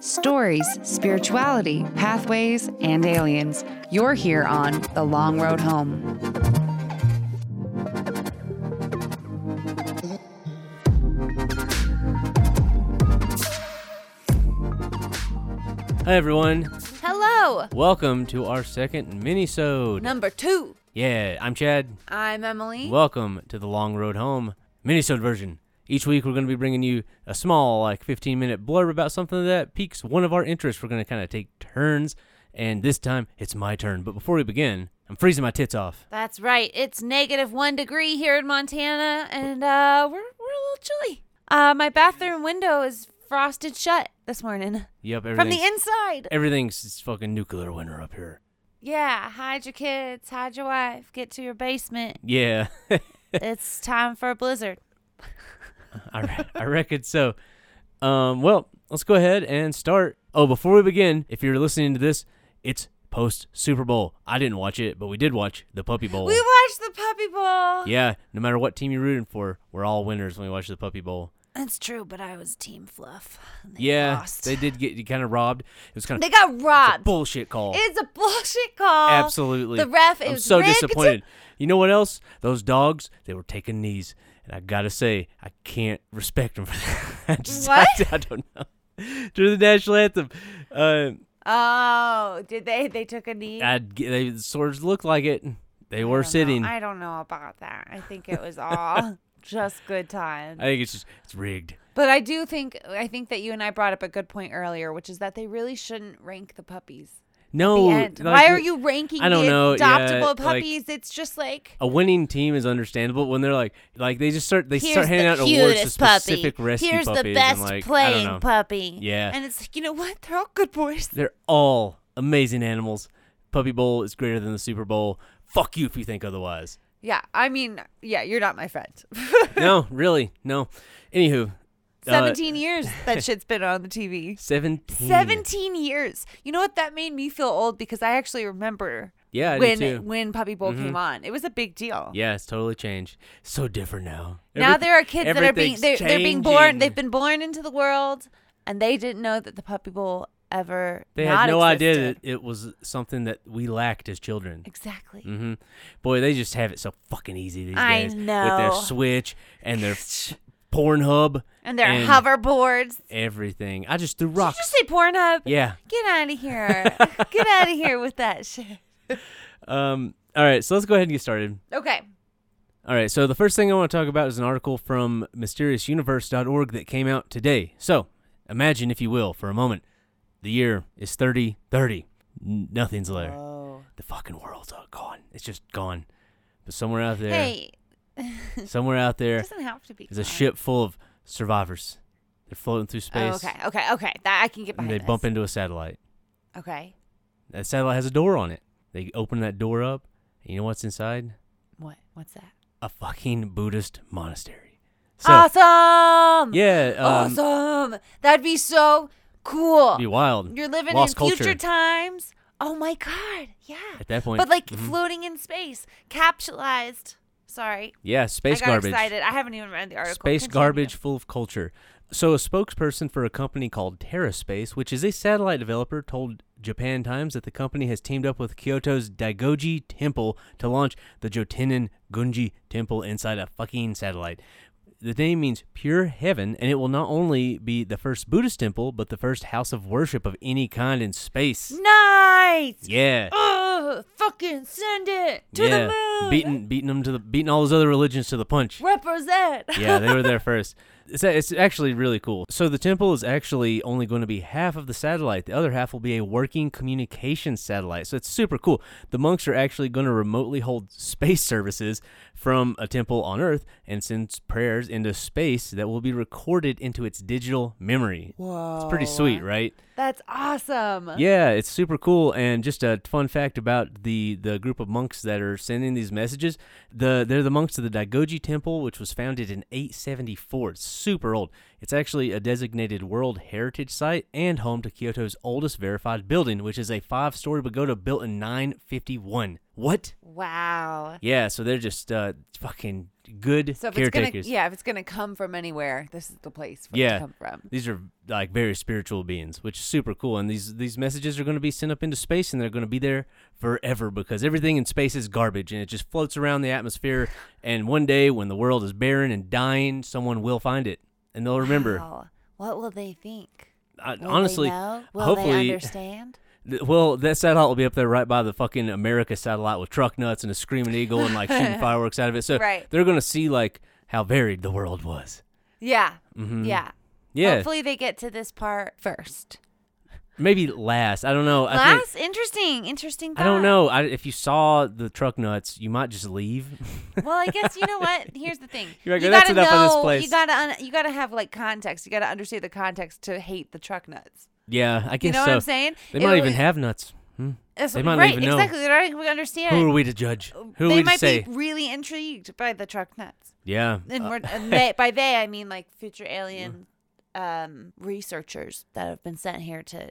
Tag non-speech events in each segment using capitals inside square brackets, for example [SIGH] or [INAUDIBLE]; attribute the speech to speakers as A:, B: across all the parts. A: stories, spirituality, pathways, and aliens. You're here on The Long Road Home.
B: Hi everyone.
C: Hello,
B: Welcome to our second minisode.
C: number two.
B: Yeah, I'm Chad.
C: I'm Emily.
B: Welcome to the Long Road Home minisode version. Each week we're going to be bringing you a small like 15 minute blurb about something that piques one of our interests. We're going to kind of take turns and this time it's my turn. But before we begin, I'm freezing my tits off.
C: That's right. It's negative one degree here in Montana, and uh, we're we're a little chilly. Uh, my bathroom window is frosted shut this morning
B: Yep,
C: from the
B: everything's
C: inside.
B: everything's it's fucking nuclear winter up here.
C: Yeah, hide your kids, hide your wife, get to your basement.
B: [LAUGHS] Yeah.
C: it's time for a blizzard.
B: I, re- I reckon so. Um, well, let's go ahead and start. Oh, before we begin, if you're listening to this, it's post Super Bowl. I didn't watch it, but we did watch the Puppy Bowl.
C: We watched the puppy bowl.
B: Oh. yeah, no matter what team you're rooting for, we're all winners when we watch the Puppy Bowl.
C: That's true, but I was team fluff. and They
B: yeah,
C: lost.
B: they did get kind of robbed. It was kind
C: They
B: of
C: got robbed.
B: bullshit call.
C: It's a bullshit call.
B: Absolutely.
C: Uh, The ref
B: I'm
C: is
B: so
C: rigged.
B: disappointed. You know what else? Those dogs, they were taking knees. And I got to say, I can't respect them for [LAUGHS] that. I just- I- [LAUGHS]
C: What?
B: I, don't know. During the national anthem, uh,
C: Oh, did they? They took a knee.
B: I'd, g- they sort of looked like it. They were
C: don't know.
B: sitting. I,
C: I don't know about that. I think it
B: [LAUGHS]
C: was all just good time.
B: think it's just, it's rigged.
C: But I do think I think that you and I brought up a good point earlier, which is that they really shouldn't rank the puppies. The
B: No.
C: end.
B: Oh, like,
C: Why are you ranking
B: I don't
C: the
B: know, yeah,
C: adoptable
B: like-
C: puppies? it's just like
B: A winning team is understandable when they're like, like they just start, they
C: here's
B: start handing
C: the
B: out awards to
C: cutest puppy.
B: specific rescue
C: here's
B: puppies.
C: the
B: and,
C: best
B: like, I don't
C: playing
B: know.
C: puppy.
B: Yeah.
C: and it's like you know what? They're all good boys.
B: They're all amazing animals. Puppy Bowl is greater than the Super Bowl. Fuck you if you think otherwise.
C: Yeah, I mean, yeah, you're not my friend. [LAUGHS]
B: No, really, no. Anywho, uh,
C: Seventeen years
B: [LAUGHS]
C: that shit's been on the TV.
B: 17.
C: 17 years. You know what? That made me feel old because I actually remember
B: Yeah, I do
C: when
B: too. Mm-hmm.
C: when Puppy Bowl came on. It was a big deal.
B: Yeah, it's totally changed. So different now.
C: Now
B: Everyth-
C: there are kids that are being
B: everything's
C: they're, they're being born.
B: changing.
C: They've been born into the world, and they didn't know that the Puppy Bowl ever.
B: They
C: not
B: had no idea
C: existed.
B: that it was something that we lacked as children.
C: Exactly.
B: hmm Boy, they just have it so fucking easy these
C: I
B: days with their
C: know.
B: Switch and
C: [LAUGHS]
B: their Pornhub
C: And their
B: And-
C: hoverboards.
B: everything. I just threw
C: Did
B: rocks.
C: you say Pornhub?
B: yeah.
C: Get out of
B: [LAUGHS]
C: here. Get out of here with that shit.
B: Um. All right. So let's go ahead and get started.
C: Okay.
B: All right, so the first thing I want to talk about is an article from mysteriousuniverse.org that came out today. So, imagine, if you will, for a moment, the year is 3030. N- Nothing's there.
C: Oh.
B: The fucking world's all gone. It's just gone. But somewhere out there,
C: Hey,
B: somewhere out there
C: [LAUGHS] doesn't have to be.
B: is a
C: gone.
B: ship full of survivors. They're floating through space.
C: Oh, okay. Okay. Okay. That I can get
B: And
C: behind.
B: they
C: this.
B: bump into a satellite.
C: Okay.
B: That satellite has a door on it. They open that door up, and you know what's inside?
C: What? What's that?
B: A fucking Buddhist monastery. So,
C: awesome!
B: yeah, um,
C: awesome! That'd be Oh, so cool.
B: be wild.
C: You're living
B: Lost
C: in future
B: culture.
C: times. Oh my god! Yeah.
B: At that point,
C: But like
B: mhm.
C: floating in space, capsulized. Sorry,
B: yeah, space
C: I got
B: garbage.
C: excited. I haven't even read the article.
B: Space
C: Continue.
B: garbage full of culture. So, a spokesperson for a company called TerraSpace, which is a satellite developer, told Japan Times that the company has teamed up with Kyoto's Daigoji Temple to launch the Jotinen Gunji Temple inside a fucking satellite. The name means pure heaven, and it will not only be the first Buddhist temple, but the first house of worship of any kind in space.
C: Nice.
B: Yeah.
C: Ugh, fucking send it Oh, to
B: yeah.
C: the moon.
B: Beating, beating them to the, beating all those other religions to the punch.
C: Represent. [LAUGHS]
B: yeah, they were there first. It's, it's actually really cool. So the temple is actually only going to be half of the satellite. The other half will be a working communication satellite. So it's super cool. The monks are actually going to remotely hold space services from a temple on Earth and send prayers into space that will be recorded into its digital memory. It's pretty sweet, right?
C: That's awesome.
B: Yeah, it's super cool. And just a fun fact about the the group of monks that are sending these messages. The they're the monks of the Daigoji Temple, which was founded in 874. It's super old. It's actually a designated World Heritage Site and home to Kyoto's oldest verified building, which is a five story pagoda built in 951. What?
C: Wow.
B: Yeah, so they're just uh, fucking good
D: So if
B: caretakers.
D: it's gonna, yeah, if it's gonna come from anywhere, this is the place for it
B: Yeah.
D: to come from.
B: These are like very spiritual beings, which is super cool. And these these messages are going to be sent up into space, and they're going to be there forever because everything in space is garbage, and it just floats around the atmosphere. and one day, when the world is barren and dying, someone will find it, and they'll remember.
C: Wow. What will they think?
B: I,
C: Will they
B: honestly,
C: know? will they
B: hopefully,
C: understand?
B: th- well, that satellite will be up there right by the fucking America satellite with truck nuts and a screaming eagle and like
C: [LAUGHS]
B: shooting fireworks out of it. So
C: Right.
B: they're going to see like how varied the world was.
C: Yeah. Yeah.
B: Mm-hmm. Yeah,
C: Hopefully they get to this part first.
B: maybe last. I don't know. I think,
C: Last, interesting, interesting.
B: I don't
C: thought.
B: know. I, if you saw the truck nuts, you might just leave. [LAUGHS]
C: Well, I guess you know what. Here's the thing.
B: You're like,
C: you
B: "That's
C: gotta
B: enough
C: know.
B: of this place."
C: You gotta un- you gotta have like context. You gotta understand the context to hate the truck nuts.
B: yeah, I guess
C: You know
B: so.
C: what I'm saying?
B: They
C: It
B: might even
C: was-
B: have nuts. Hmm.
C: That's-
B: they might not
C: right,
B: even know.
C: Exactly. They don't even understand.
B: Who are we to judge? Who are
C: they
B: we to
C: might
B: say?
C: be really intrigued by the truck nuts.
B: Yeah.
C: And,
B: Uh,
C: we're,
B: [LAUGHS]
C: and they, by they, I mean like future alien um, researchers that have been sent here to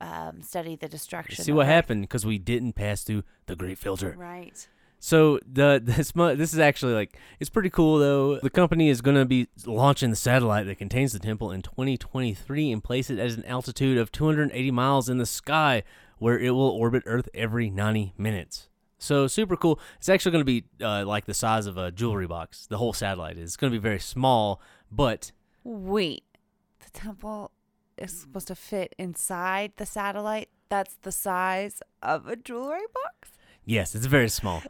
C: um, study the destruction.
B: see
C: of
B: what
C: Earth.
B: happened because we didn't pass through the great filter.
C: Right.
B: So the [LAUGHS] this mu- this is actually like it's pretty cool though. The company is going to be launching the satellite that contains the temple in 2023 and place it at an altitude of 280 miles in the sky, where it will orbit Earth every 90 minutes. So super cool. It's actually going to be uh, like the size of a jewelry box. The whole satellite is. It's going to be very small, but
D: Wait,
C: The temple is supposed to fit inside the satellite. That's the size of a jewelry box.
B: yes, it's very
C: [LAUGHS]
B: small.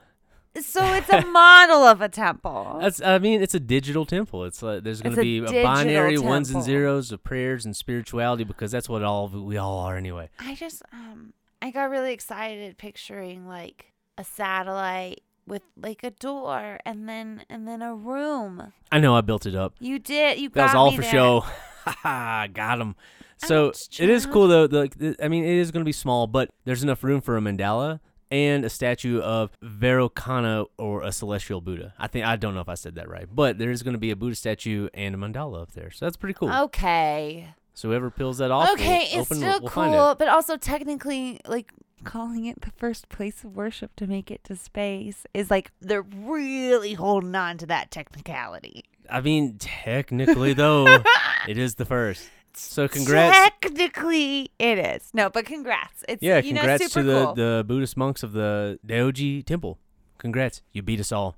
C: So
B: [LAUGHS]
C: it's a model of a temple.
B: That's I mean it's a digital temple. It's like there's going
C: It's a
B: to be a
C: digital
B: binary ones and
C: temple.
B: zeros of prayers and spirituality because that's what all we all are anyway.
C: I just um I got really excited picturing like a satellite with like a door and then and then a room.
B: I know I built it up.
C: You did you
B: That
C: got
B: was all
C: me
B: for
C: there.
B: show. [LAUGHS] Got him. So
C: Ouch,
B: it is
C: child.
B: cool though. The, like, the- I mean, it is going to be small, but there's enough room for a mandala and a statue of Vairocana or a celestial Buddha. I think I don't know if I said that right, but there is going to be a Buddha statue and a mandala up there. So that's pretty cool.
C: Okay.
B: So whoever peels that off,
C: Oh. okay,
B: will
C: it's
B: open,
C: still
B: we'll find
C: cool,
B: it.
C: but also technically like calling it the first place of worship to make it to space is like they're really holding on to that technicality.
B: I mean, technically
C: [LAUGHS]
B: though, it is the first. So congrats.
C: Technically it is. No, but congrats. It's
B: yeah,
C: you
B: congrats
C: know, super
B: to the,
C: cool.
B: the Buddhist monks of the Daoji Temple. Congrats. You beat us all.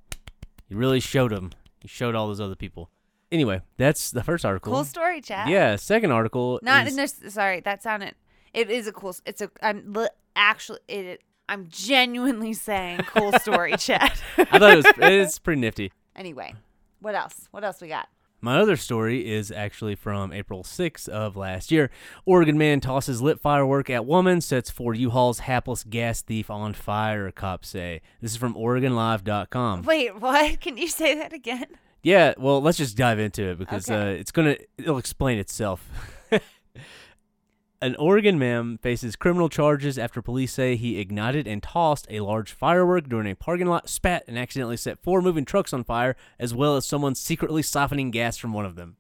B: You really showed them. You showed all those other people. Anyway, that's the first article.
C: cool story, chat.
B: Yeah, second article.
C: Not
B: is-
C: in this. Sorry, that sounded. It is a cool. s- It's a. I'm li- actually. It. I'm genuinely saying cool
B: [LAUGHS]
C: story, Chad.
B: I thought it was it's pretty nifty.
C: [LAUGHS] anyway, what else? What else we got?
B: My other story is actually from April 6th of last year. Oregon man tosses lit firework at woman, sets four U-Hauls hapless gas thief on fire, cops say. This is from OregonLive.com.
C: Wait, what? Can you say that again?
B: Yeah, well, let's just dive into it because
C: Okay.
B: uh, it's gonna it'll explain itself. [LAUGHS] An Oregon man faces criminal charges after police say he ignited and tossed a large firework during a parking lot spat and accidentally set four moving trucks on fire, as well as someone secretly siphoning gas from one of them.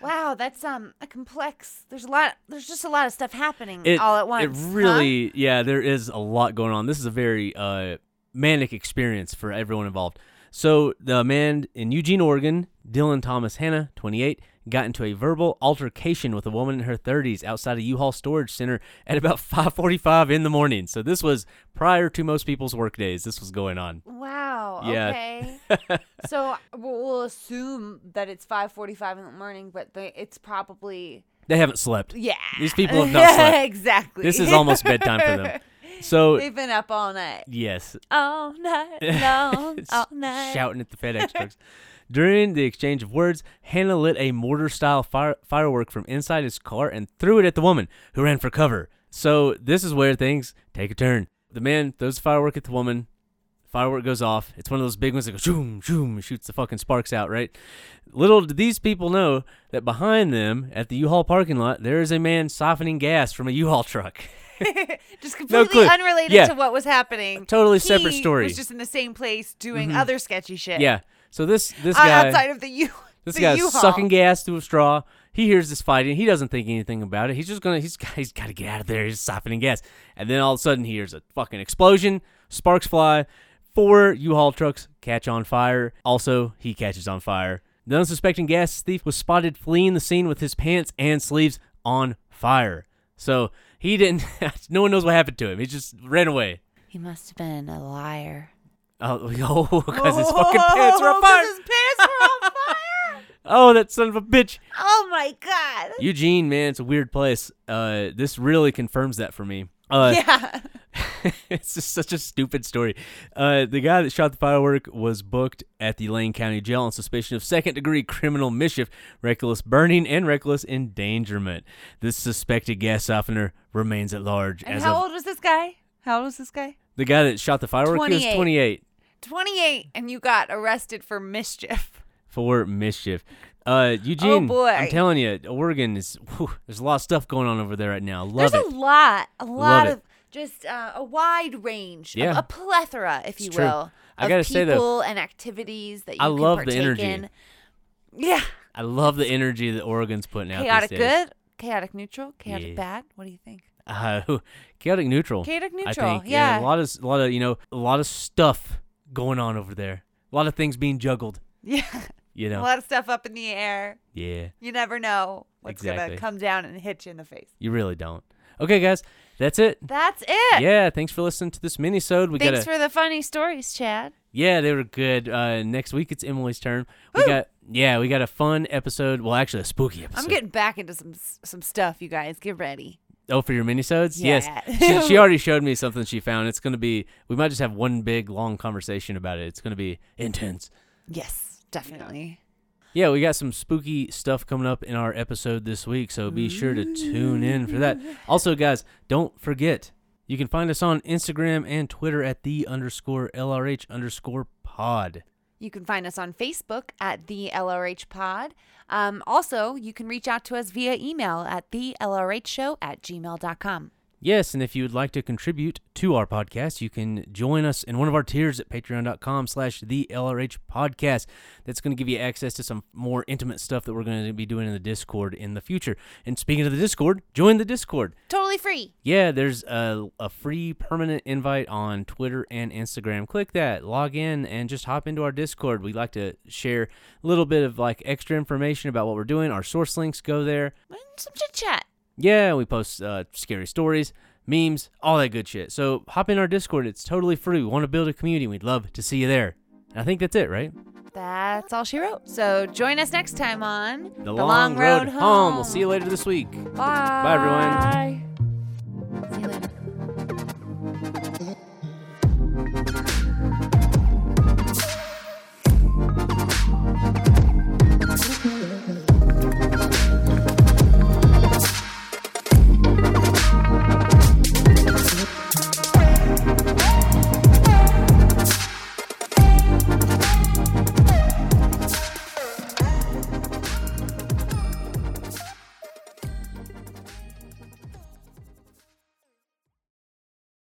C: Wow, that's um a complex. There's a lot. There's just a lot of stuff happening
B: It,
C: Mm-hmm. all at once.
B: It
C: huh?
B: really, yeah, there is a lot going on. This is a very uh, manic experience for everyone involved. So the man in Eugene, Oregon, Dylan Thomas Hanna, 28, got into a verbal altercation with a woman in her 30s outside a U-Haul storage center at about 5:45 in the morning. So this was prior to most people's work days. This was going on.
C: Wow.
B: Yeah.
C: Okay.
B: [LAUGHS]
C: so we'll we'll assume that it's 5:45 in the morning, but they, it's probably
B: They haven't slept.
C: yeah.
B: These people
C: [LAUGHS]
B: have not slept.
C: exactly.
B: This is almost bedtime for them. So
C: [LAUGHS] They've been up all night.
B: yes,
C: All
B: [LAUGHS]
C: night long. all night.
B: shouting at the FedEx trucks. During the exchange of words, Hannah lit a mortar style fire- firework from inside his car and threw it at the woman, who ran for cover. So, this is where things take a turn. The man throws the firework at the woman. Firework goes off. It's one of those big ones that goes zoom, zoom, and shoots the fucking sparks out, right? Little did these people know that behind them at the U Haul parking lot, there is a man siphoning gas from a U Haul
C: [LAUGHS]
B: truck.
C: Just completely
B: clue.
C: unrelated
B: Yeah.
C: to what was happening.
B: Totally separate
C: He
B: story.
C: Was just in the same place doing other sketchy shit.
B: Yeah. So, this, this
C: on
B: guy.
C: outside of the U.
B: This
C: The
B: guy's
C: U-Haul.
B: sucking gas through a straw. He hears this fighting. He doesn't think anything about it. He's just gonna. He's he's got to get out of there. He's siphoning gas, and then all of a sudden he hears a fucking explosion. Sparks fly. Four U-Haul trucks catch on fire. Also, he catches on fire. The unsuspecting gas thief was spotted fleeing the scene with his pants and sleeves on fire. So he didn't. [LAUGHS] no one knows what happened to him. He just ran away.
E: He must have been a liar.
B: Oh, [LAUGHS] because his fucking pants
C: Oh,
B: are on fire.
E: His pants were on fire.
B: Oh, that son of a bitch.
E: [LAUGHS] Oh my god.
B: Eugene, man, it's a weird place. Uh, this really confirms that for me. Uh,
C: Yeah.
B: [LAUGHS] it's just such a stupid story. Uh, the guy that shot the firework was booked at the Lane County Jail on suspicion of second degree criminal mischief, reckless burning, and reckless endangerment. This suspected gas softener remains at large.
C: And
B: as
C: how
B: of
C: old was this guy? How old was this guy?
B: the guy that shot the firework he was
C: 28.
B: 28
C: 28, and you got arrested for mischief.
B: for mischief. Uh, Eugene,
C: Oh, boy.
B: I'm telling you, Oregon is. whew, there's a lot of stuff going on over there right now. [LAUGHS] Love
C: There's
B: it.
C: a lot, a lot
B: it.
C: of just uh, a wide range, a-
B: Yeah.
C: a, plethora, if
B: It's
C: you
B: true.
C: will,
B: I
C: of
B: gotta
C: people
B: say, though,
C: and activities that you
B: I
C: can
B: love the
C: partake
B: energy.
C: in. Yeah,
B: I love the energy that Oregon's putting out.
C: chaotic
B: these days.
C: good, chaotic neutral, chaotic
B: Yeah.
C: bad. What do you think?
B: [LAUGHS] uh, chaotic neutral.
C: Chaotic
B: I
C: neutral,
B: think. Yeah.
C: yeah.
B: a lot of a lot of you know a lot of stuff going on over there. A lot of things being juggled.
C: Yeah,
B: You know.
C: [LAUGHS] a lot of stuff up in the air.
B: Yeah.
C: You never know what's
B: Exactly.
C: gonna come down and hit you in the face.
B: You really don't. Okay, guys, that's it.
C: That's it.
B: Yeah, thanks for listening to this minisode. We
E: Thanks
B: got
E: for the funny stories, Chad.
B: yeah, they were good. Uh, next week it's Emily's turn. We got yeah, we got a fun episode. Well, actually, a spooky episode.
C: I'm getting back into some some stuff. You guys, get ready.
B: Oh, for your minisodes?
C: Yeah.
B: Yes. She, she already showed me something she found. It's gonna be. We might just have one big long conversation about it. It's gonna be intense.
C: Yes, definitely.
B: Yeah, we got some spooky stuff coming up in our episode this week, so be sure to tune in for that. Also, guys, don't forget you can find us on Instagram and Twitter at the underscore LRH underscore pod.
C: You can find us on Facebook at the LRH Pod. Um, also, you can reach out to us via email at the LRH Show at gmail.com.
B: Yes, and if you would like to contribute to our podcast, you can join us in one of our tiers at patreon.com slash the LRH podcast. That's going to give you access to some more intimate stuff that we're going to be doing in the Discord in the future. And speaking of the Discord, join the Discord.
C: Totally free.
B: Yeah, there's a, a free permanent invite on Twitter and Instagram. Click that, log in, and just hop into our Discord. We like to share a little bit of like extra information about what we're doing. Our source links go there.
E: And some chit chat.
B: Yeah, we post uh, scary stories, memes, all that good shit. So hop in our Discord. It's totally free. We want to build a community. We'd love to see you there. And I think that's it, right?
C: That's all she wrote. So join us next time on
B: The, long, road, home. We'll see you later this week.
C: Bye.
B: Bye, everyone.
E: Bye.